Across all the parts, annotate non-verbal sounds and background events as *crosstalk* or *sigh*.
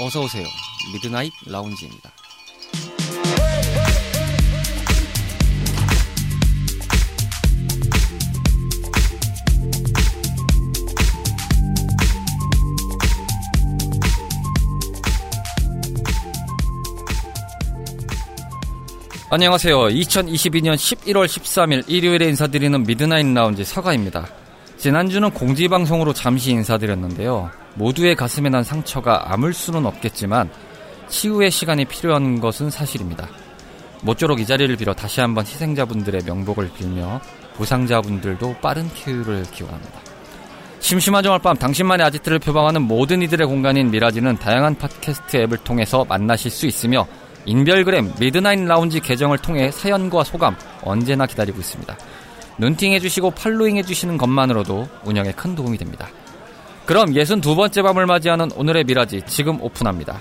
어서 오세요. 미드나잇 라운지입니다. 안녕하세요. 2022년 11월 13일 일요일에 인사드리는 미드나잇 라운지 서가입니다. 지난주는 공지방송으로 잠시 인사드렸는데요. 모두의 가슴에 난 상처가 아물 수는 없겠지만 치유의 시간이 필요한 것은 사실입니다. 모쪼록 이 자리를 빌어 다시 한번 희생자분들의 명복을 빌며 보상자분들도 빠른 쾌유를 기원합니다. 심심한 주말 밤 당신만의 아지트를 표방하는 모든 이들의 공간인 미라지는 다양한 팟캐스트 앱을 통해서 만나실 수 있으며 인별그램 미드나인 라운지 계정을 통해 사연과 소감 언제나 기다리고 있습니다. 눈팅 해주시고 팔로잉 해주시는 것만으로도 운영에 큰 도움이 됩니다. 그럼 62번째 밤을 맞이하는 오늘의 미라지 지금 오픈합니다.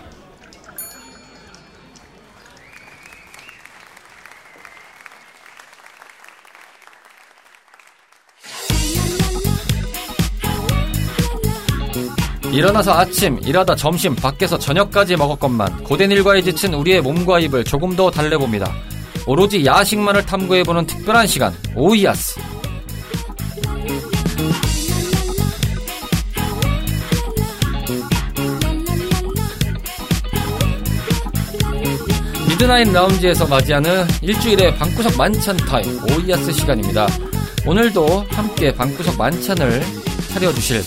일어나서 아침, 일하다 점심, 밖에서 저녁까지 먹었건만 고된 일과에 지친 우리의 몸과 입을 조금 더 달래봅니다. 오로지 야식만을 탐구해보는 특별한 시간, 오이아스. 미드나잇 라운지에서 맞이하는 일주일의 방구석 만찬 타임 오이아스 시간입니다. 오늘도 함께 방구석 만찬을 차려주실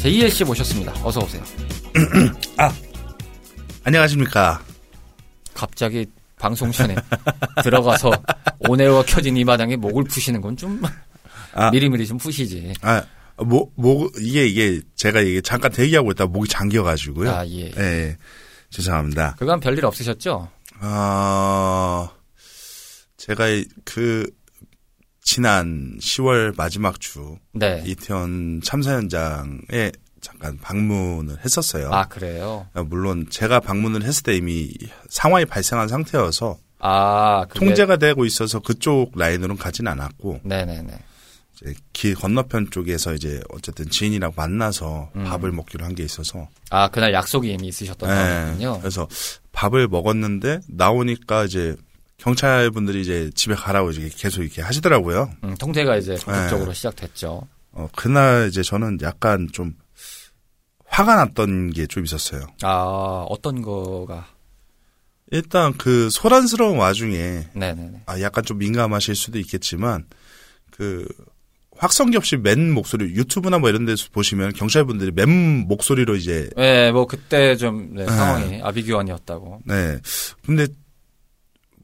JLC 모셨습니다. 어서 오세요. 안녕하십니까. 갑자기 방송 시간에 들어가서 온에어 켜진 이 마당에 목을 푸시는 건 좀 아. 미리미리 좀 푸시지. 아, 목, 목, 이게, 이게, 제가 이게 잠깐 대기하고 있다 목이 잠겨가지고요. 아, 예. 예, 예. 죄송합니다. 그간 별일 없으셨죠? 아, 제가 이- 그, 지난 10월 마지막 주, 네. 이태원 참사 현장에 잠깐 방문을 했었어요. 아 그래요. 아, 물론 제가 방문을 했을 때 이미 상황이 발생한 상태여서 아 그게- 통제가 되고 있어서 그쪽 라인으로는 가진 않았고 네네네. 이제 길 건너편 쪽에서 이제 어쨌든 지인이랑 만나서 음. 밥을 먹기로 한 게 있어서 아 그날 약속이 이미 있으셨던 예, 거군요. 그래서 밥을 먹었는데 나오니까 이제 경찰 분들이 이제 집에 가라고 이제 계속 이렇게 하시더라고요. 음, 통제가 이제 네. 본격적으로 시작됐죠. 어, 그날 이제 저는 약간 좀 화가 났던 게 좀 있었어요. 아 어떤 거가? 일단 그 소란스러운 와중에 네네네. 아 약간 좀 민감하실 수도 있겠지만 그 확성기 씨 맨 목소리 유튜브나 뭐 이런 데서 보시면 경찰 분들이 맨 목소리로 이제 네, 뭐 그때 좀 네, 네. 상황이 아비규환이었다고. 네. 근데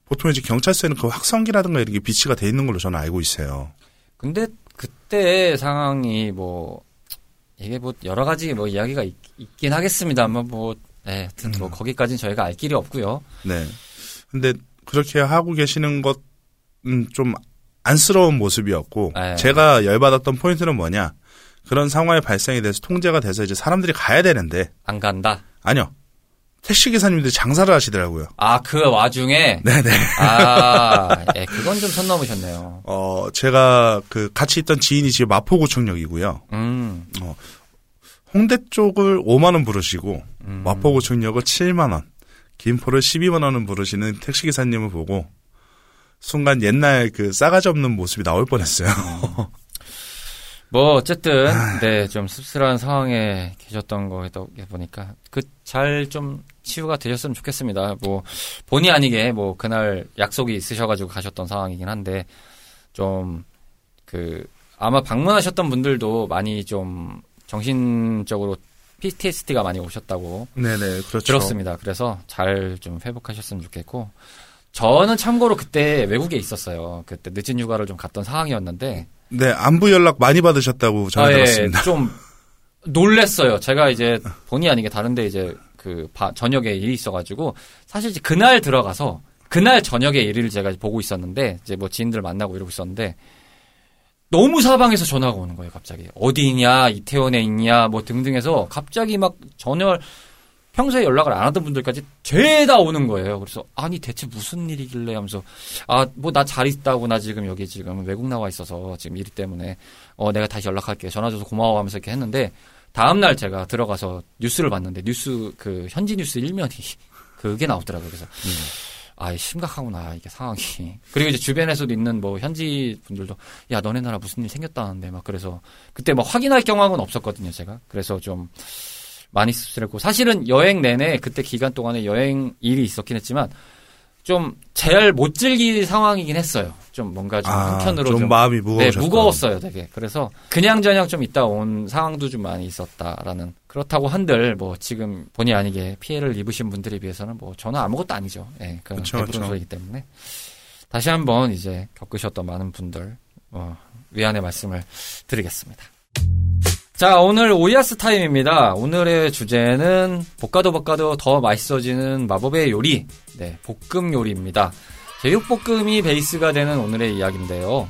보통 이제 경찰서에는 그 확성기라든가 이런 게 비치가 돼 있는 걸로 저는 알고 있어요. 근데 그때 상황이 뭐 이게 뭐 여러 가지 뭐 이야기가 있, 긴 하겠습니다만 뭐 네, 하여튼 뭐 거기까지는 저희가 알 길이 없고요. 네. 근데 그렇게 하고 계시는 것은 좀 안쓰러운 모습이었고 네. 제가 열받았던 포인트는 뭐냐? 그런 상황이 발생이 돼서 통제가 돼서 이제 사람들이 가야 되는데 안 간다. 아니요. 택시 기사님들이 장사를 하시더라고요. 아 그 와중에 네네. 아 *laughs* 예, 그건 좀 선 넘으셨네요. 어, 제가 그 같이 있던 지인이 지금 마포구청역이고요. 음, 홍대 쪽을 5만 원 부르시고 마포구 충역을 7만 원, 김포를 12만 원을 부르시는 택시 기사님을 보고 순간 옛날 그 싸가지 없는 모습이 나올 뻔했어요. 뭐 어쨌든 아. 네 좀 씁쓸한 상황에 계셨던 거다 보니까 그 잘 좀 치유가 되셨으면 좋겠습니다. 뭐 본의 아니게 뭐 그날 약속이 있으셔가지고 가셨던 상황이긴 한데 좀 그 아마 방문하셨던 분들도 많이 좀 정신적으로 PTSD가 많이 오셨다고 *laughs* 네네, 그렇죠. 들었습니다. 그래서 잘 좀 회복하셨으면 좋겠고 저는 참고로 그때 외국에 있었어요. 그때 늦은 휴가를 좀 갔던 상황이었는데 네, 안부 연락 많이 받으셨다고 아, 예, 전해드렸습니다. 좀 놀랬어요. 제가 이제 본의 아니게 다른데 이제 그 바- 저녁에 일이 있어가지고 사실 이제 그날 들어가서 그날 저녁에 일을 제가 보고 있었는데 이제 뭐 지인들 만나고 이러고 있었는데 너무 사방에서 전화가 오는 거예요. 갑자기 어디 있냐 이태원에 있냐 뭐 등등해서 갑자기 막 전혀 평소에 연락을 안 하던 분들까지 죄다 오는 거예요. 그래서 아니 대체 무슨 일이길래 하면서 아 뭐 나 잘 있다고 나 지금 여기 지금 외국 나와 있어서 지금 일 때문에 어, 내가 다시 연락할게. 전화 줘서 고마워 하면서 이렇게 했는데, 다음날 제가 들어가서 뉴스를 봤는데 뉴스 그 현지 뉴스 일면이 *laughs* 그게 나오더라고요. 그래서 아 심각하구나 이게 상황이. 그리고 이제 주변에서도 있는 뭐 현지 분들도 야 너네 나라 무슨 일 생겼다는데 막 그래서 그때 막 확인할 경황은 없었거든요 제가. 그래서 좀 많이 씁쓸했고 사실은 여행 내내 그때 기간 동안에 여행 일이 있었긴 했지만 좀 제일 못 즐길 상황이긴 했어요. 좀 뭔가 좀 아, 한편으로 좀 좀 마음이 네, 무거우셨다. 무거웠어요, 되게. 그래서 그냥 저냥 좀 있다 온 상황도 좀 많이 있었다라는. 그렇다고 한들 뭐 지금 본의 아니게 피해를 입으신 분들에 비해서는 뭐 저는 아무것도 아니죠. 예, 그런 그쵸, 대부분 그쵸. 소이기 때문에 다시 한번 이제 겪으셨던 많은 분들 어, 위안의 말씀을 드리겠습니다. 자, 오늘 오이아스 타임입니다. 오늘의 주제는 볶아도 볶아도 더 맛있어지는 마법의 요리, 네, 볶음 요리입니다. 제육볶음이 베이스가 되는 오늘의 이야기인데요.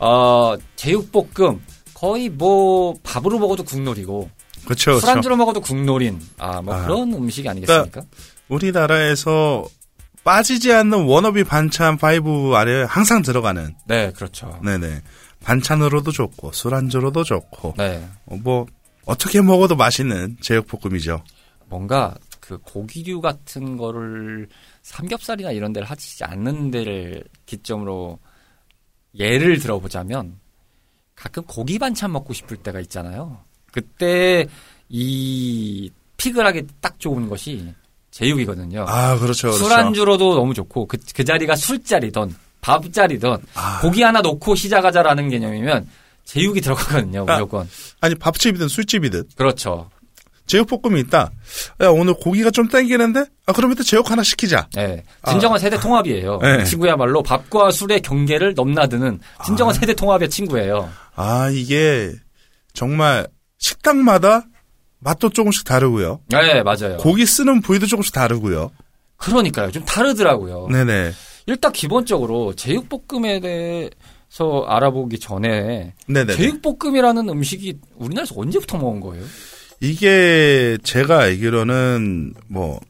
어, 제육볶음 거의 뭐 밥으로 먹어도 국놀이고 그렇죠. 그렇죠. 술안주로 먹어도 국놀인 아 그러니까 뭐 아. 그런 음식이 아니겠습니까? 우리나라에서 빠지지 않는 워너비 반찬 5 아래에 항상 들어가는 네, 그렇죠. 네네 반찬으로도 좋고 술안주로도 좋고 네, 어, 뭐 어떻게 먹어도 맛있는 제육볶음이죠. 뭔가 그 고기류 같은 거를 삼겹살이나 이런 데를 하지 않는 데를 기점으로 예를 들어보자면 가끔 고기 반찬 먹고 싶을 때가 있잖아요. 그때 이 픽을 하기 딱 좋은 것이 제육이거든요. 아 그렇죠. 그렇죠. 술안주로도 너무 좋고 그, 그 자리가 술자리든 밥자리든 아, 고기 하나 놓고 시작하자라는 개념이면 제육이 들어가거든요 아. 무조건 아니 밥집이든 술집이든 그렇죠 제육볶음이 있다. 야 오늘 고기가 좀 땡기는데 아 그럼 일단 제육 하나 시키자. 예 진정한 세대 통합이에요 아. 네. 이 친구야말로 밥과 술의 경계를 넘나드는 진정한 세대 통합의 친구예요 아 이게 정말 식당마다 맛도 조금씩 다르고요. 네 맞아요 고기 쓰는 부위도 조금씩 다르고요. 그러니까요 좀 다르더라고요 네네. 일단 기본적으로 제육볶음에 대해서 알아보기 전에 네네. 제육볶음이라는 음식이 우리나라에서 언제부터 먹은 거예요? 이게 제가 알기로는 뭐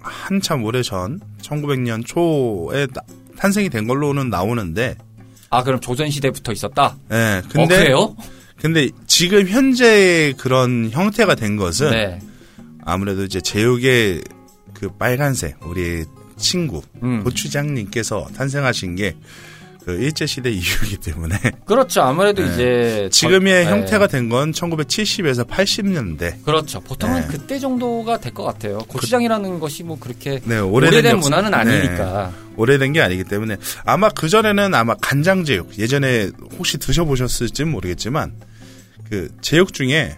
한참 오래 전 1900년 초에 나- 탄생이 된 걸로는 나오는데 아 그럼 조선 시대부터 있었다. 예. 어, 근데 그래요? 근데 지금 현재 그런 형태가 된 것은 네. 아무래도 이제 제육의 그 빨간색 우리 친구 음. 고추장님께서 탄생하신 게 그 일제 시대 이후이기 때문에 그렇죠. 아무래도 네. 이제 지금의 저- *laughs* 네. 형태가 된 건 1970에서 80년대. 그렇죠. 보통은 네. 그때 정도가 될 것 같아요. 고추장이라는 것이 뭐 그렇게 네, 오래된, 오래된, 역사- 문화는 네, 아니니까. 오래된 게 아니기 때문에 아마 그 전에는 아마 간장제육 예전에 혹시 드셔보셨을지 모르겠지만 그 제육 중에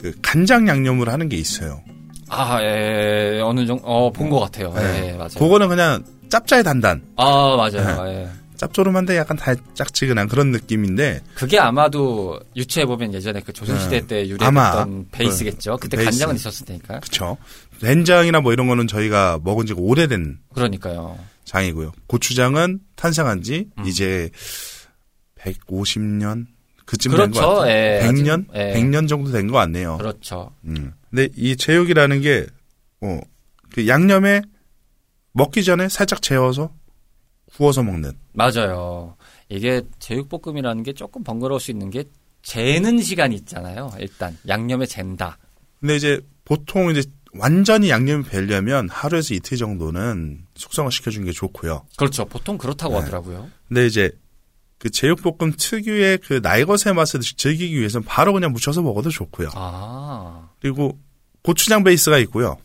그 간장 양념을 하는 게 있어요. 아, 예, 어느 정도, 어, 본 것 같아요. 네. 예, 맞아요. 그거는 그냥 짭짤 단단, 아, 맞아요. 네. 예. 짭조름한데 약간 달짝지근한 그런 느낌인데 그게 아마도 유추해 보면 예전에 그 조선시대 네. 때 아마. 유래했던 베이스겠죠. 그때 베이스. 간장은 있었을 테니까. 그쵸? 된장이나 뭐 이런 거는 저희가 먹은 지가 오래된 그러니까요. 장이고요. 고추장은 탄생한 지 음. 이제 150년 그쯤 된 것 그렇죠. 같아요. 예. 100년? 아직- 예. 100년 정도 된 것 같네요. 그렇죠. 음. 근데 이 제육이라는 게, 어, 그 양념에 먹기 전에 살짝 재워서 구워서 먹는. 맞아요. 이게 제육볶음이라는 게 조금 번거로울 수 있는 게 재는 시간이 있잖아요. 일단 양념에 잰다. 근데 이제 보통 이제 완전히 양념이 배려면 하루에서 이틀 정도는 숙성을 시켜주는 게 좋고요. 그렇죠. 보통 그렇다고 네. 하더라고요. 근데 이제 그 제육볶음 특유의 그 날것의 맛을 즐기기 위해서는 바로 그냥 무쳐서 먹어도 좋고요. 아. 그리고 고추장 베이스가 있고요.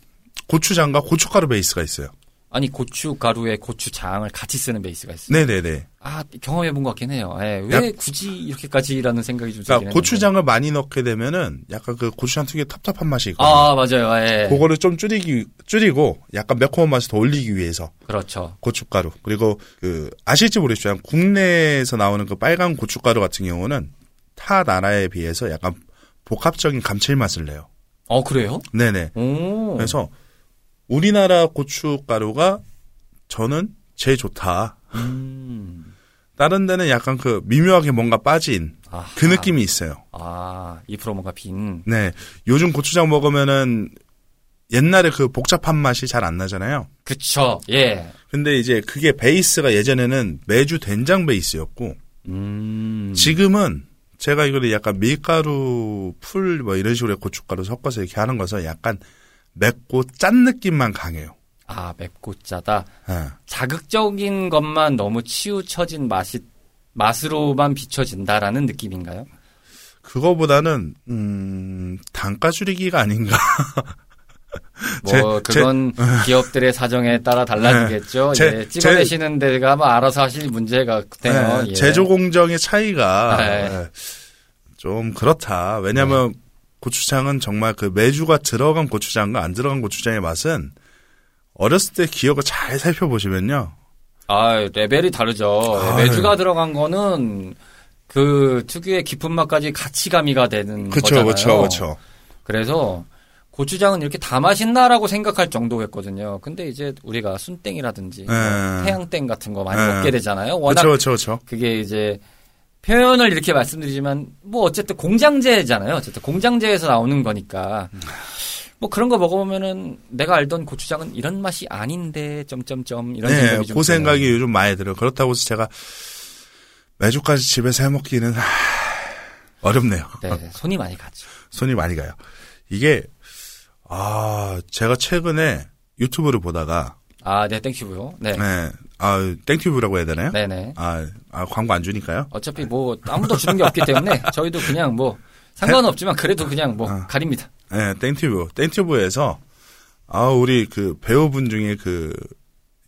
고추장과 고춧가루 베이스가 있어요. 아니 고추가루에 고추장을 같이 쓰는 베이스가 있어요. 네네네. 아 경험해 본 것 같긴 해요. 예, 왜 야. 굳이 이렇게까지라는 생각이 좀 들긴 그러니까 했는데. 고추장을 많이 넣게 되면은 약간 그 고추장 특유의 텁텁한 맛이 있고 요 아 맞아요. 예. 그거를 좀 줄이기 줄이고 약간 매콤한 맛을 더 올리기 위해서 그렇죠. 고춧가루 그리고 그 아실지 모르겠지만 국내에서 나오는 그 빨간 고춧가루 같은 경우는 타 나라에 비해서 약간 복합적인 감칠맛을 내요. 어 그래요? 네네. 오. 그래서 우리나라 고춧가루가 저는 제일 좋다. 음. 다른 데는 약간 그 미묘하게 뭔가 빠진 아하. 그 느낌이 있어요. 아, 이 프로모가 빈. 네. 요즘 고추장 먹으면은 옛날에 그 복잡한 맛이 잘 안 나잖아요. 그쵸. 예. 근데 이제 그게 베이스가 예전에는 매주 된장 베이스였고 음. 지금은 제가 이걸 약간 밀가루, 풀 뭐 이런 식으로 고춧가루 섞어서 이렇게 하는 것은 약간 맵고 짠 느낌만 강해요. 아, 맵고 짜다. 예. 자극적인 것만 너무 치우쳐진 맛이 맛으로만 비춰진다라는 느낌인가요? 그거보다는 음 단가 줄이기가 아닌가. 제- 어. 네. 뭐 그건 기업들의 사정에 따라 달라지겠죠. 제- 예, 찍어내시는 데가 뭐 알아서 하실 문제가 *laughs* 그때요. 예, 예. 제조 공정의 차이가 네. 예, 좀 그렇다. 왜냐하면 고추장은 정말 그 매주가 들어간 고추장과 안 들어간 고추장의 맛은 어렸을 때 기억을 잘 살펴보시면요. 아 레벨이 다르죠. 아유. 네. 매주가 들어간 거는 그 특유의 깊은 맛까지 같이 가미가 되는 그렇죠, 음, 거잖아요. 그렇죠, 그렇죠. 그래서 고추장은 이렇게 다 맛있나라고 생각할 정도였거든요. 근데 이제 우리가 순땡이라든지 뭐 예. 태양땡 같은 거 많이 예. 먹게 되잖아요. 워낙 그렇죠, 그렇죠. 그게 이제 표현을 이렇게 말씀드리지만 뭐 어쨌든 공장제잖아요. 어쨌든 공장제에서 나오는 거니까 뭐 그런 거 먹어보면은 내가 알던 고추장은 이런 맛이 아닌데 점점점 이런 네, 생각이 좀 드네요. 그 생각이 요즘 많이 들어요. 그렇다고 해서 제가 매주까지 집에서 해먹기는 하, 어렵네요. 네, 손이 많이 가죠. 손이 많이 가요. 이게 아 제가 최근에 유튜브를 보다가 아, 네, 땡큐브요. 네, 네, 아 땡튜브라고 해야 되나요? 네, 네. 아, 아, 광고 안 주니까요. 어차피 뭐 아무도 주는 게 없기 때문에 저희도 그냥 뭐 상관은 없지만 그래도 그냥 뭐 가립니다. 네, 땡튜브 땡튜브에서 아 우리 그 배우분 중에 그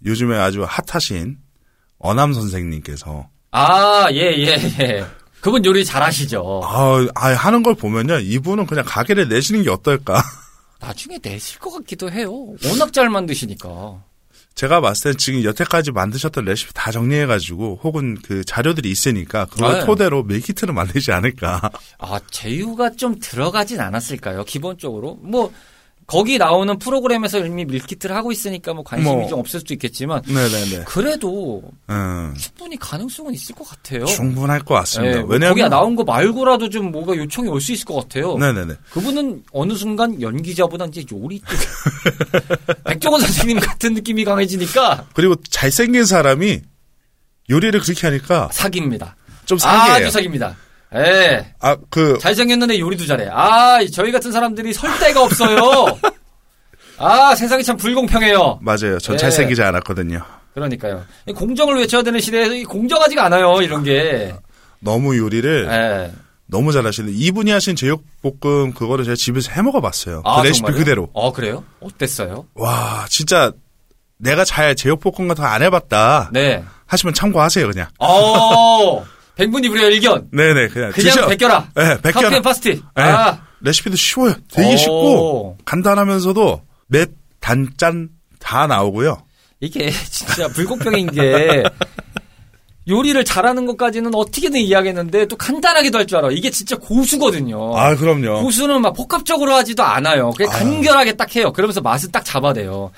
요즘에 아주 핫하신 어남 선생님께서 아, 예, 예, 예. 그분 요리 잘하시죠. 아, 아 하는 걸 보면요 이분은 그냥 가게를 내시는 게 어떨까? *laughs* 나중에 내실 것 같기도 해요. 워낙 잘 만드시니까. 제가 봤을 때 지금 여태까지 만드셨던 레시피 다 정리해가지고 혹은 그 자료들이 있으니까 그걸 네. 토대로 밀키트를 만들지 않을까. 아, 제휴가 좀 들어가진 않았을까요? 기본적으로. 뭐, 거기 나오는 프로그램에서 이미 밀키트를 하고 있으니까 뭐 관심이 뭐. 좀 없을 수도 있겠지만, 네네네. 그래도 음, 충분히 가능성은 있을 것 같아요. 충분할 것 같습니다. 예, 뭐 거기 왜냐하면 나온 거 말고라도 좀 뭐가 요청이 올 수 있을 것 같아요. 네네네. 그분은 어느 순간 연기자보다 이제 요리 쪽 *laughs* 백종원 선생님 같은 느낌이 강해지니까 그리고 잘생긴 사람이 요리를 그렇게 하니까 사기입니다. 좀 상해요. 아주 그 사기입니다. 예. 아, *laughs* 그, 잘생겼는데 요리도 잘해. 아, 저희 같은 사람들이 설 데가 없어요. 아, 세상이 참 불공평해요. 맞아요. 전 예. 잘생기지 않았거든요. 그러니까요. 이 공정을 외쳐야 되는 시대에서 이 공정하지가 않아요, 이런 게. 너무 요리를 예. 너무 잘하시는데 이분이 하신 제육볶음 그거를 제가 집에서 해 먹어봤어요. 아, 그 레시피 정말요? 그대로. 어, 그래요? 어땠어요? 와, 진짜 내가 잘 제육볶음 같은 거 안 해봤다 네. 하시면 참고하세요, 그냥. 어, 백분이 불여 일견. 네네, 그냥. 그냥 드셔. 벗겨라. 네, 벗겨라. 카피 앤 파스티. 네. 아, 레시피도 쉬워요. 되게 오. 쉽고 간단하면서도 맵, 단, 짠 다 나오고요. 이게 진짜 불공평인 게 요리를 잘하는 것까지는 어떻게든 이해하겠는데 또 간단하게도 할 줄 알아. 이게 진짜 고수거든요. 아, 그럼요. 고수는 막 복합적으로 하지도 않아요. 그냥 간결하게 딱 해요. 그러면서 맛을 딱 잡아내요.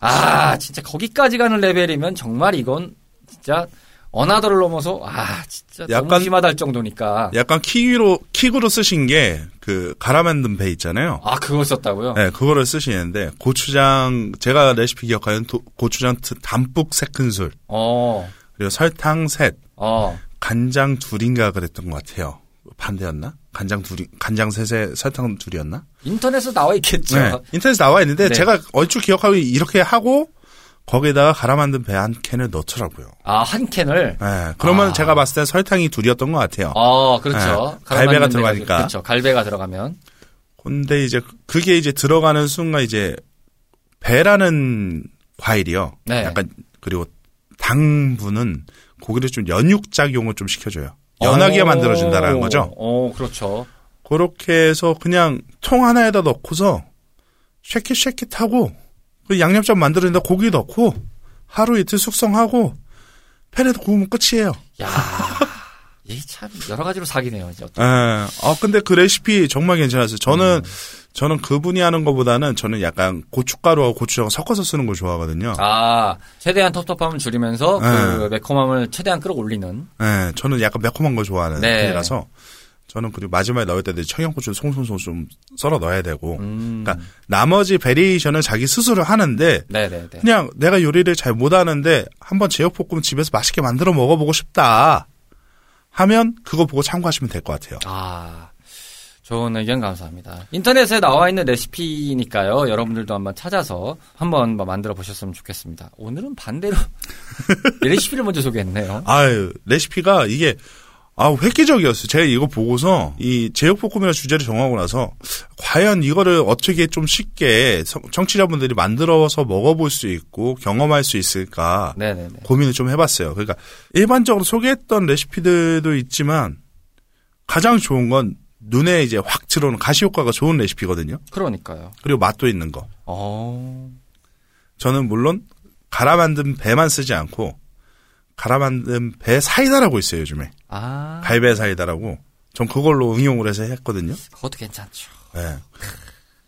아, 진짜 거기까지 가는 레벨이면 정말 이건 진짜 어나더를 넘어서 아, 진짜 약간- 너무 심하다 할 정도니까. 약간 키위로 킥으로 쓰신 게 그 갈아 만든 배 있잖아요. 아, 그걸 썼다고요? 네, 그거를 쓰시는데 고추장 제가 레시피 기억하는 도- 고추장 트- 담뿍 세 큰술 어. 그리고 설탕 셋 어. 간장 둘인가 그랬던 것 같아요. 반대였나? 간장 둘이 간장 셋에 설탕 둘이었나? 인터넷에 나와 있겠죠. 네, 인터넷 에 나와 있는데 네. 제가 얼추 기억하고 이렇게 하고 거기에다가 갈아 만든 배 한 캔을 넣더라고요. 아, 한 캔을 네, 그러면 아. 제가 봤을 때 설탕이 둘이었던 것 같아요. 어, 그렇죠. 네, 갈배가 가라만든 데가- 들어가니까. 그렇죠. 갈배가 들어가면. 근데 이제 그게 이제 들어가는 순간 이제 배라는 과일이요. 네. 약간 그리고 당분은 고기를 좀 연육 작용을 좀 시켜줘요. 연하게 오. 만들어준다라는 거죠. 어, 그렇죠. 그렇게 해서 그냥 통 하나에다 넣고서 쉐킷쉐킷하고 그 양념장 만들어준다 고기 넣고 하루 이틀 숙성하고 팬에 구우면 끝이에요. 야. 이게 참 여러 가지로 사기네요. 이제 예. 아 근데 그 레시피 정말 괜찮았어요. 저는 저는 그분이 하는 것보다는 저는 약간 고춧가루하고 고추장 섞어서 쓰는 걸 좋아하거든요. 아, 최대한 텁텁함을 줄이면서 그 네. 매콤함을 최대한 끌어올리는. 예. 저는 약간 매콤한 걸 좋아하는 네. 편이라서 저는 그리고 마지막에 넣을 때도 청양고추 송송송 좀 썰어 넣어야 되고. 음. 그러니까 나머지 베리에이션을 자기 스스로 하는데 네네네. 그냥 내가 요리를 잘 못하는데 한번 제육볶음 집에서 맛있게 만들어 먹어보고 싶다 하면 그거 보고 참고하시면 될 것 같아요. 아, 좋은 의견 감사합니다. 인터넷에 나와 있는 레시피니까요. 여러분들도 한번 찾아서 한번 뭐 만들어 보셨으면 좋겠습니다. 오늘은 반대로 *laughs* 레시피를 먼저 소개했네요. 아유, 레시피가 이게 아, 획기적이었어요. 제가 이거 보고서 이 제육볶음이라는 주제를 정하고 나서 과연 이거를 어떻게 좀 쉽게 성- 청취자분들이 만들어서 먹어볼 수 있고 경험할 수 있을까 네네네. 고민을 좀 해봤어요. 그러니까 일반적으로 소개했던 레시피들도 있지만 가장 좋은 건 눈에 이제 확 들어오는 가시 효과가 좋은 레시피거든요. 그러니까요. 그리고 맛도 있는 거. 어, 저는 물론 갈아 만든 배만 쓰지 않고 갈아 만든 배 사이다라고 있어요 요즘에. 아, 갈배 사이다라고 전 그걸로 응용을 해서 했거든요. 그것도 괜찮죠. 예.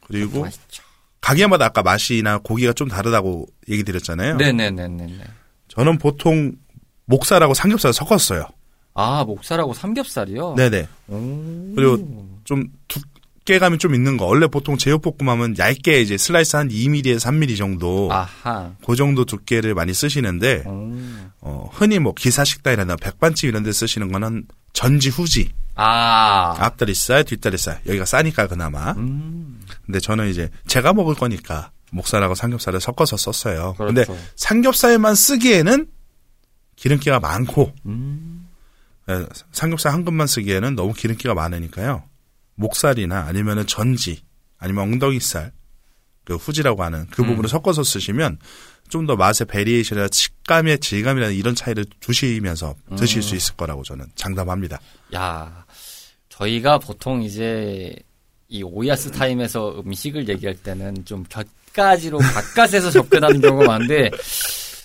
그리고 맛있죠. 가게마다 아까 맛이나 고기가 좀 다르다고 얘기 드렸잖아요. 네네네네네. 저는 보통 목살하고 삼겹살 섞었어요. 아, 목살하고 삼겹살이요? 네네. 오. 그리고 뭐? 좀 두께감이 좀 있는 거. 원래 보통 제육볶음 하면 얇게 이제 슬라이스 한 2mm에서 3mm 정도. 아하. 그 정도 두께를 많이 쓰시는데, 음. 어, 흔히 뭐 기사식당이나 백반집 이런 데 쓰시는 거는 전지 후지. 아. 앞다리살, 뒷다리살. 여기가 싸니까 그나마. 음. 근데 저는 이제 제가 먹을 거니까 목살하고 삼겹살을 섞어서 썼어요. 그렇죠. 근데 삼겹살만 쓰기에는 기름기가 많고 음. 에, 예, 삼겹살 한 근만 쓰기에는 너무 기름기가 많으니까요. 목살이나 아니면은 전지 아니면 엉덩이살 그 후지라고 하는 음. 그 부분을 섞어서 쓰시면 좀 더 맛의 베리에이션이나 식감의 질감이나 이런 차이를 두시면서 드실 음. 수 있을 거라고 저는 장담합니다. 야. 저희가 보통 이제 이 오야스 타임에서 음식을 얘기할 때는 좀 곁가지로 바깥에서 접근하는 경우가 많은데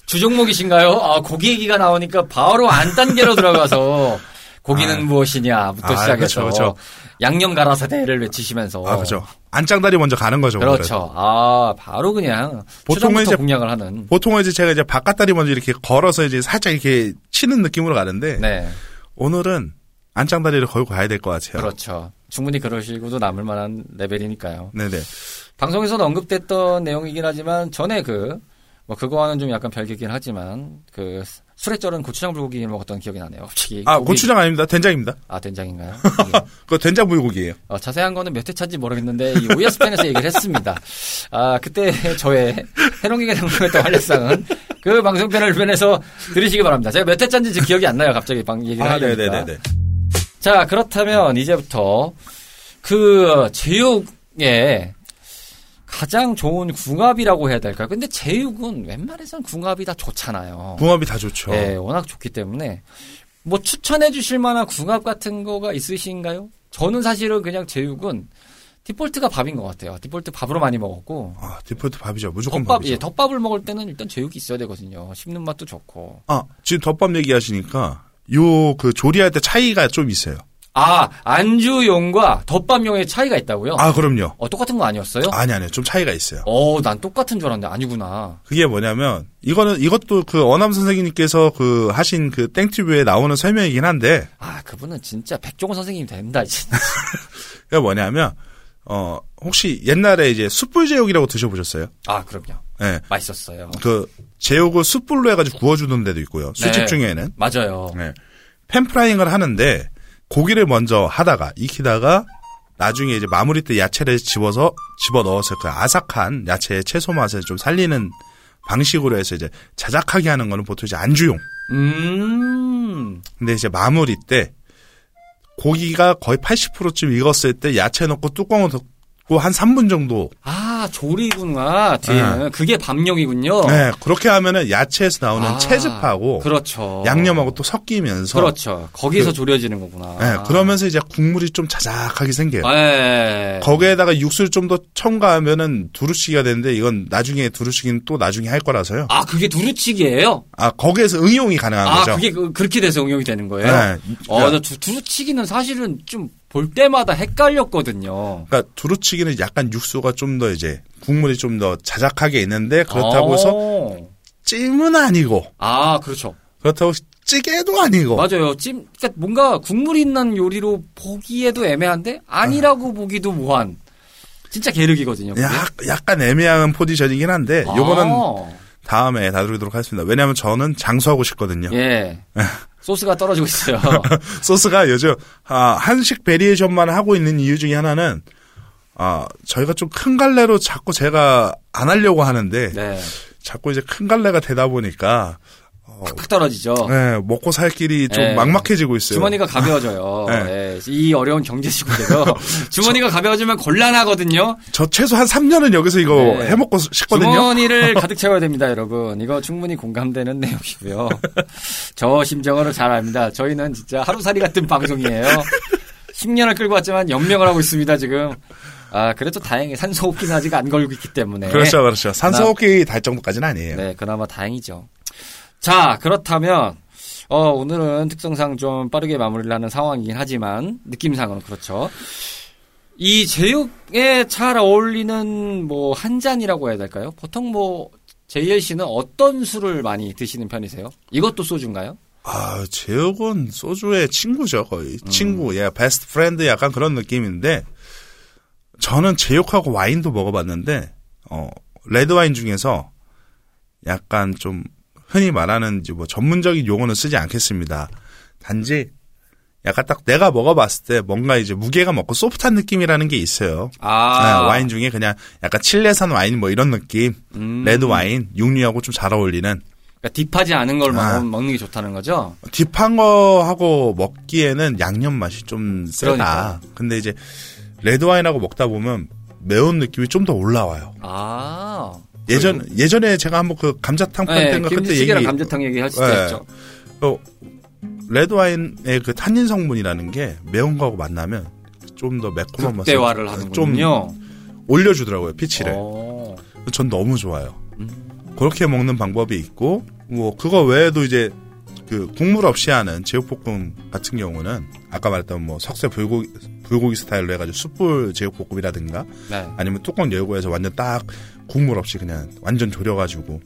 주종목이신가요? 아, 고기 얘기가 나오니까 바로 안 단계로 들어가서 고기는 무엇이냐부터 아, 시작해서 그쵸, 그쵸. 양념 가라사대를 외치시면서 아 그죠? 안짱다리 먼저 가는 거죠. 오늘은. 어. 그렇죠. 아, 바로 그냥 보통은 보통은 이제 공략을 하는. 보통은 이제 제가 이제 바깥다리 먼저 이렇게 걸어서 이제 살짝 이렇게 치는 느낌으로 가는데 네. 오늘은 안짱다리를 걸고 가야 될 것 같아요. 그렇죠. 충분히 그러시고도 남을 만한 레벨이니까요. 네네. 방송에서도 언급됐던 내용이긴 하지만 전에 그, 뭐 그거와는 좀 약간 별개긴 하지만 그 술에 쩔은 고추장 불고기를 먹었던 기억이 나네요. 갑자기. 아 고기- 고추장 아닙니다. 된장입니다. 아, 된장인가요? 예. 그 된장 불고기예요. 어, 자세한 거는 몇 회차인지 모르겠는데 이 오야스 팬에서 얘기를 했습니다. 아 그때 저의 해롱이가 당부했던 활약상은 그 방송편을 변해서 들으시기 바랍니다. 제가 몇 회차인지 지금 기억이 안 나요. 갑자기 방 얘기를 아 하려니까. 네네네네. 자 그렇다면 이제부터 그 제육의 가장 좋은 궁합이라고 해야 될까요? 근데 제육은 웬만해선 궁합이 다 좋잖아요. 궁합이 다 좋죠. 네, 워낙 좋기 때문에 뭐 추천해 주실 만한 궁합 같은 거가 있으신가요? 저는 사실은 그냥 제육은 디폴트가 밥인 것 같아요. 디폴트 밥으로 많이 먹었고 아 디폴트 밥이죠. 무조건 덮밥 밥이죠. 예, 덮밥을 먹을 때는 일단 제육이 있어야 되거든요. 씹는 맛도 좋고. 아 지금 덮밥 얘기하시니까 요 그 조리할 때 차이가 좀 있어요. 아 안주용과 덮밥용의 차이가 있다고요? 아 그럼요. 어, 똑같은 거 아니었어요? 아니 아니요. 좀 차이가 있어요. 어, 난 똑같은 줄 알았는데 아니구나. 그게 뭐냐면 이거는 이것도 그 어남 선생님께서 그 하신 그 땡튜브에 나오는 설명이긴 한데 아 그분은 진짜 백종원 선생님이 된다 진짜. *laughs* 그게 뭐냐면 어 혹시 옛날에 이제 숯불 제육이라고 드셔보셨어요? 아 그럼요. 예. 맛있었어요. 그 제육을 숯불로 해가지고 구워주는 데도 있고요. 술집 네. 중에는 맞아요. 네. 팬프라잉을 하는데 고기를 먼저 하다가 익히다가 나중에 이제 마무리 때 야채를 집어서 집어 넣어서 그 아삭한 야채의 채소 맛을 좀 살리는 방식으로 해서 이제 자작하게 하는 거는 보통 이제 안주용. 음. 근데 이제 마무리 때 고기가 거의 80%쯤 익었을 때 야채 넣고 뚜껑을 덮고 한 3분 정도 아, 조리구나, 뒤에는. 그게 밤용이군요. 네, 그렇게 하면은 야채에서 나오는 어. 아, 채즙하고 그렇죠. 양념하고 또 섞이면서 그렇죠. 아. 거기서 그- 조려지는 거구나. 네, 그러면서 이제 국물이 좀 자작하게 생겨요. 네. 거기에다가 육수를 좀 더 첨가하면은 두루치기가 되는데 이건 나중에 두루치기는 또 나중에 할 거라서요. 아, 그게 두루치기예요? 아 거기에서 응용이 가능한 아, 거죠. 그게 그, 렇게 돼서 응용이 되는 거예요? 네. 어, 나 두, 두루치기는 사실은 좀 볼 때마다 헷갈렸거든요. 그러니까 두루치기는 약간 육수가 좀 더 이제 국물이 좀 더 자작하게 있는데 그렇다고 해서 어. 찜은 아니고 아, 그렇죠. 그렇다고 찌개도 아니고 맞아요. 찜, 그러니까 뭔가 국물이 있는 요리로 보기에도 애매한데, 아니라고 보기도 무한. 진짜 계륵이거든요. 아. 그게. 약, 약간 애매한 포지션이긴 한데 예, 요거는 다음에 다루도록 하겠습니다. 왜냐하면 저는 장수하고 싶거든요. 예. 소스가 떨어지고 *laughs* 있어요. 소스가 요즘 아, 한식 베리에이션만 하고 있는 이유 중에 하나는 아, 저희가 좀 큰 갈래로 자꾸 제가 안 하려고 하는데 네. 자꾸 이제 큰 갈래가 되다 보니까 어, 팍팍 떨어지죠. 네, 먹고 살 길이 좀 네. 막막해지고 있어요. 주머니가 가벼워져요. 예, 이 어려운 경제 *laughs* 시국에서 주머니가 가벼워지면 곤란하거든요. 저 최소 한 3년은 여기서 이거 네. 해먹고 싶거든요. 주머니를 *laughs* 가득 채워야 됩니다, 여러분. 이거 충분히 공감되는 내용이고요. 저 심정으로 잘 압니다. 저희는 진짜 하루살이 같은 방송이에요. 10년을 끌고 왔지만 연명을 하고 있습니다, 지금. 아, 그래도 다행히 산소 호흡기는 아직 안 걸고 있기 때문에. 그렇죠, 그렇죠. 나- 산소호흡기 달 정도까지는 아니에요. 네, 그나마 다행이죠. 자, 그렇다면 어, 오늘은 특성상 좀 빠르게 마무리를 하는 상황이긴 하지만 느낌상은 그렇죠. 이 제육에 잘 어울리는 뭐 한 잔이라고 해야 될까요? 보통 뭐 JL 씨는 어떤 술을 많이 드시는 편이세요? 이것도 소주인가요? 아, 제육은 소주의 친구죠, 거의. 음. 친구, 예, 베스트 프렌드 약간 그런 느낌인데, 저는 제육하고 와인도 먹어봤는데, 어, 레드와인 중에서 약간 좀 흔히 말하는 이제 뭐 전문적인 용어는 쓰지 않겠습니다. 단지 약간 딱 내가 먹어봤을 때 뭔가 이제 무게감 없고 소프트한 느낌이라는 게 있어요. 아, 네, 와인 중에 그냥 약간 칠레산 와인 뭐 이런 느낌, 음. 레드 와인, 육류하고 좀 잘 어울리는 그러니까 딥하지 않은 걸 아. 먹- 먹는 게 좋다는 거죠? 딥한 거하고 먹기에는 양념 맛이 좀 그러니까. 세다. 근데 이제 레드 와인하고 먹다 보면 매운 느낌이 좀 더 올라와요. 아, 예전 예전에 제가 한번 그 감자탕 네, 판때가 그때 얘기 김치찌개랑 감자탕 얘기할 수도 네. 있죠. 어, 레드 와인의 그 탄닌 성분이라는 게 매운 거하고 만나면 좀 더 매콤한 맛을 대화를 좀 하는군요. 올려주더라고요 피치를. 어. 전 너무 좋아요. 음. 그렇게 먹는 방법이 있고, 뭐, 그거 외에도 이제, 그, 국물 없이 하는 제육볶음 같은 경우는, 아까 말했던 뭐, 석쇠 불고기, 불고기 스타일로 해가지고 숯불 제육볶음이라든가, 네. 아니면 뚜껑 열고 해서 완전 딱 국물 없이 그냥 완전 졸여가지고,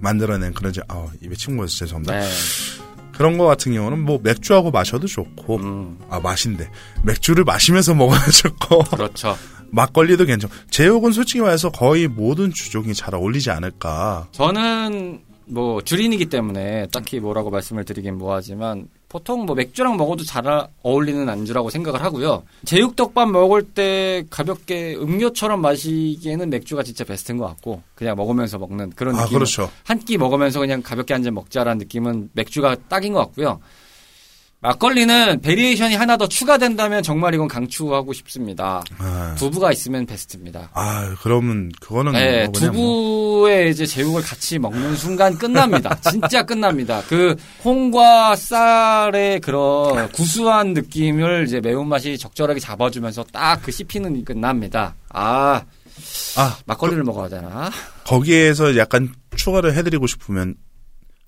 만들어낸 그런, 제, 아 입에 침 고여서 죄송합니다. 네. 그런 거 같은 경우는 뭐, 맥주하고 마셔도 좋고, 음, 아, 맛인데. 맥주를 마시면서 먹어야 좋고, 그렇죠. 막걸리도 괜찮. 제육은 솔직히 말해서 거의 모든 주종이 잘 어울리지 않을까. 저는 뭐 주린이기 때문에 딱히 뭐라고 말씀을 드리긴 뭐하지만 보통 뭐 맥주랑 먹어도 잘 아- 어울리는 안주라고 생각을 하고요. 제육덮밥 먹을 때 가볍게 음료처럼 마시기에는 맥주가 진짜 베스트인 것 같고 그냥 먹으면서 먹는 그런 아 느낌. 그렇죠. 한 끼 먹으면서 그냥 가볍게 한 잔 먹자라는 느낌은 맥주가 딱인 것 같고요. 막걸리는 베리에이션이 하나 더 추가된다면 정말 이건 강추하고 싶습니다. 아, 두부가 있으면 베스트입니다. 아, 그러면 그거는 네, 뭐 그냥 뭐- 두부에 이제 제육을 같이 먹는 순간 *laughs* 끝납니다. 진짜 끝납니다. 그 콩과 쌀의 그런 구수한 느낌을 이제 매운맛이 적절하게 잡아주면서 딱 그 씹히는 끝납니다. 아, 아 막걸리를 먹어야 되나? 거기에서 약간 추가를 해드리고 싶으면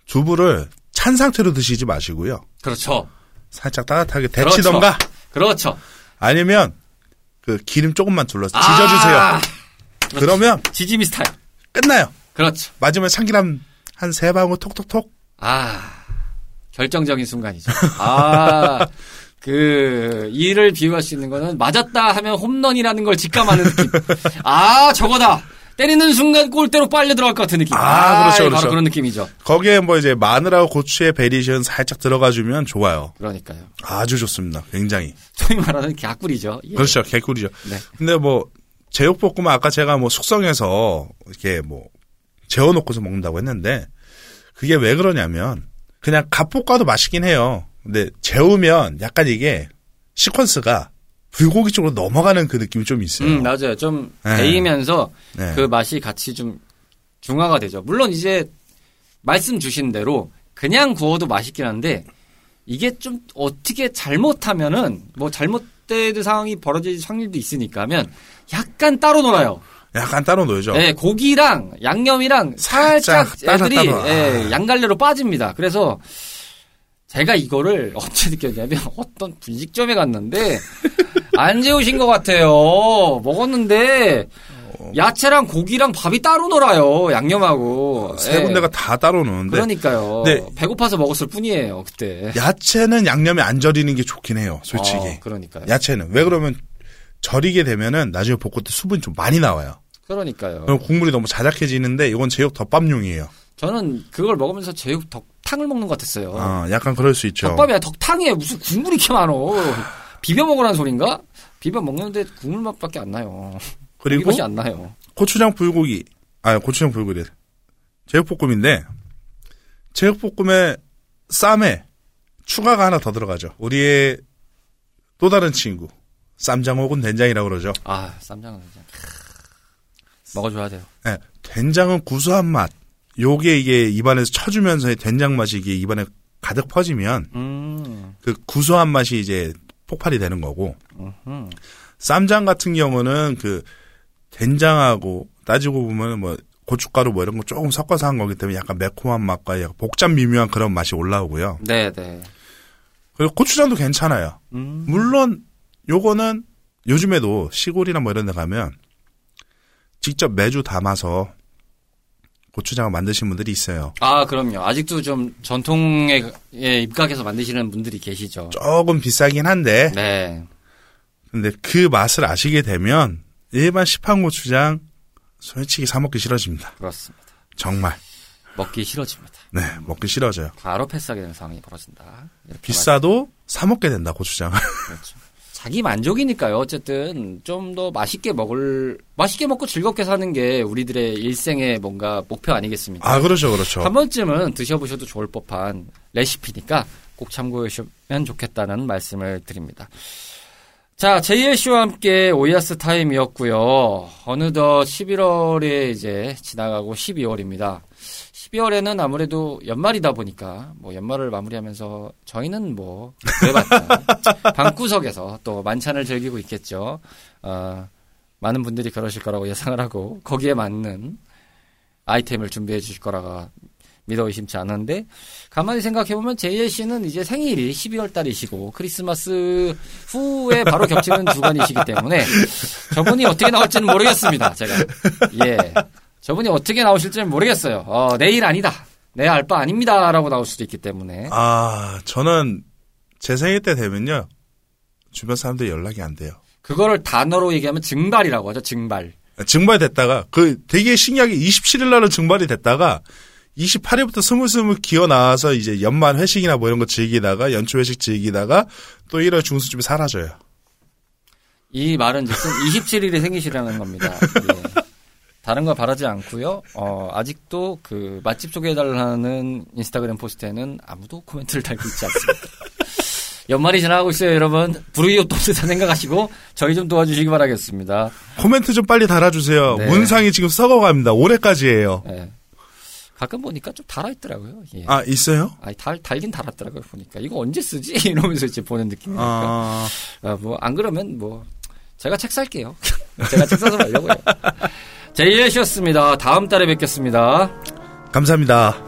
두부를 찬 상태로 드시지 마시고요. 그렇죠. 살짝 따뜻하게 그렇죠. 데치던가 그렇죠. 아니면 그 기름 조금만 둘러서 아, 그렇죠. 지져주세요. 그러면 지짐이 스타일. 끝나요. 그렇죠. 마지막에 참기름 한 세 방울 톡톡톡. 아, 결정적인 순간이죠. 아, 그, 이를 비유할 수 있는 거는 맞았다 하면 홈런이라는 걸 직감하는 느낌. 아, 저거다! 때리는 순간 골대로 빨려 들어갈 것 같은 느낌. 아, 그렇죠, 이게 그렇죠. 바로 그런 느낌이죠. 거기에 뭐 이제 마늘하고 고추의 베리션 살짝 들어가주면 좋아요. 그러니까요. 아주 좋습니다. 굉장히. 소위 말하는 갸꿀이죠. 예. 그렇죠. 개꿀이죠. 네. 근데 뭐 제육볶음은 아까 제가 뭐 숙성해서 이렇게 뭐 재워놓고서 먹는다고 했는데 그게 왜 그러냐면 그냥 갓 볶아도 맛있긴 해요. 근데 재우면 약간 이게 시퀀스가 불고기 쪽으로 넘어가는 그 느낌이 좀 있어요. 음, 맞아요. 좀 네. 데이면서 네. 그 맛이 같이 좀 중화가 되죠. 물론 이제 말씀 주신 대로 그냥 구워도 맛있긴 한데 이게 좀 어떻게 잘못하면은 뭐 잘못된 상황이 벌어질 확률도 있으니까 하면 약간 따로 놀아요. 약간 따로 놓여죠. 예, 고기랑 양념이랑 살짝, 살짝 아. 따로 애들이 따로. 예, 양갈래로 빠집니다. 그래서 제가 이거를 *laughs* 언제 느꼈냐면 어떤 분식점에 *laughs* 갔는데 안 재우신 것 같아요. 먹었는데 어. 야채랑 고기랑 밥이 따로 놀아요. 양념하고 세 예. 군데가 다 따로 놓는데 그러니까요. 네. 배고파서 먹었을 뿐이에요 그때. 야채는 양념에 안 절이는 게 좋긴 해요. 솔직히. 어, 그러니까요. 야채는 왜 그러면 절이게 되면은 나중에 볶을 때 수분이 좀 많이 나와요. 어. 그러니까요. 그럼 국물이 너무 자작해지는데 이건 제육 덮밥용이에요. 저는 그걸 먹으면서 제육 덕탕을 먹는 것 같았어요. 아, 약간 그럴 수 있죠. 덮밥이야 덕탕에 무슨 국물이 이렇게 많어. 비벼 먹으라는 소린가? 비벼 먹는데 국물 맛밖에 안 나요. 고기 그리고 맛이 안 나요. 고추장 불고기, 아 고추장 불고기래. 제육볶음인데 제육볶음에 쌈에 추가가 하나 더 들어가죠. 우리의 또 다른 친구 쌈장 혹은 된장이라고 그러죠. 아 쌈장은 그냥 크- 먹어줘야 돼요. 예, 된장은 구수한 맛. 요게 이게 입안에서 쳐주면서의 된장 맛이 이게 입안에 가득 퍼지면 음, 그 구수한 맛이 이제 폭발이 되는 거고 음흠. 쌈장 같은 경우는 그 된장하고 따지고 보면 뭐 고춧가루 뭐 이런 거 조금 섞어서 한 거기 때문에 약간 매콤한 맛과 약간 복잡 미묘한 그런 맛이 올라오고요. 네, 네. 그리고 고추장도 괜찮아요. 음, 물론 요거는 요즘에도 시골이나 뭐 이런 데 가면 직접 매주 담아서 고추장을 만드신 분들이 있어요. 아 그럼요. 아직도 좀 전통에 예, 입각해서 만드시는 분들이 계시죠. 조금 비싸긴 한데 네, 근데 그 맛을 아시게 되면 일반 시판 고추장 솔직히 사 먹기 싫어집니다. 그렇습니다. 정말. 먹기 싫어집니다. 네, 먹기 싫어져요. 바로 패스하게 되는 상황이 벌어진다. 이렇게 비싸도 사 먹게 된다 고추장. *laughs* 말- 그렇죠. 자기 만족이니까요. 어쨌든 좀 더 맛있게 먹을 맛있게 먹고 즐겁게 사는 게 우리들의 일생의 뭔가 목표 아니겠습니까? 아 그렇죠, 그렇죠. 한 번쯤은 드셔보셔도 좋을 법한 레시피니까 꼭 참고하시면 좋겠다는 말씀을 드립니다. 자, j l c 와 함께 오이아스 타임이었고요. 어느덧 11월에 이제 지나가고 12월입니다. 12월에는 아무래도 연말이다 보니까 뭐 연말을 마무리하면서 저희는 뭐 *laughs* 그래봤자 방구석에서 또 만찬을 즐기고 있겠죠. 어, 많은 분들이 그러실 거라고 예상을 하고 거기에 맞는 아이템을 준비해 주실 거라가 믿어 의심치 않은데 가만히 생각해 보면 제이엘 씨는 이제 생일이 12월 달이시고 크리스마스 후에 바로 겹치는 *laughs* 주간이시기 때문에 저분이 어떻게 나올지는 모르겠습니다. 제가 예 저분이 어떻게 나오실지는 모르겠어요. 어, 내일 아니다. 내 알바 아닙니다라고 나올 수도 있기 때문에 아 저는 제 생일 때 되면요 주변 사람들 이 연락이 안 돼요. 그거를 단어로 얘기하면 증발이라고 하죠. 증발. 증발됐다가 그 되게 신기하게 27일 날은 증발이 됐다가 28일부터 스물스물 기어 나와서 이제 연말 회식이나 뭐 이런 거 즐기다가 연초 회식 즐기다가 또 1월 중순쯤에 사라져요. 이 말은 즉슨 27일이 생기시라는 겁니다. 예. 다른 걸 바라지 않고요. 어, 아직도 그 맛집 소개해달라는 인스타그램 포스트에는 아무도 코멘트를 달고 있지 않습니다. 연말이 지나가고 있어요, 여러분. 불의의 돕듯한 생각하시고 저희 좀 도와주시기 바라겠습니다. 코멘트 좀 빨리 달아주세요. 네. 문상이 지금 썩어갑니다. 올해까지예요. 예. 가끔 보니까 좀 달아있더라고요. 예. 아 있어요? 아니, 달, 달긴 달았더라고요, 보니까. 이거 언제 쓰지? *laughs* 이러면서 이제 보는 느낌이니까. 아 아, 뭐, 안 그러면 뭐, 제가 책 살게요. *laughs* 제가 책 사서 말려고요. 제이에셨습니다. 다음 달에 뵙겠습니다. 그러니까. 감사합니다.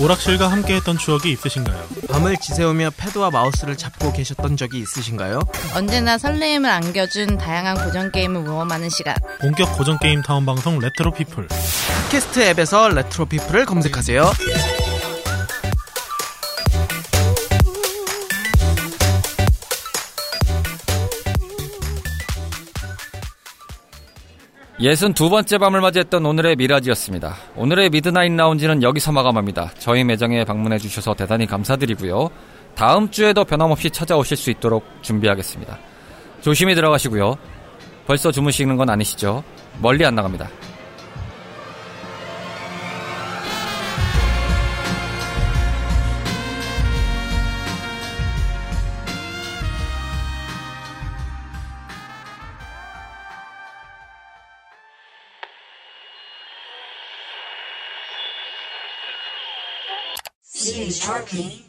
오락실과 함께했던 추억이 있으신가요? 밤을 지새우며 패드와 마우스를 잡고 계셨던 적이 있으신가요? 언제나 설레임을 안겨준 다양한 고전 게임을 모험하는 시간. 본격 고전 게임 타운 방송 레트로 피플. 팟캐스트 앱에서 레트로 피플을 검색하세요. 예순 두 번째 밤을 맞이했던 오늘의 미라지였습니다. 오늘의 미드나잇 라운지는 여기서 마감합니다. 저희 매장에 방문해 주셔서 대단히 감사드리고요. 다음 주에도 변함없이 찾아오실 수 있도록 준비하겠습니다. 조심히 들어가시고요. 벌써 주무시는 건 아니시죠? 멀리 안 나갑니다. CHRP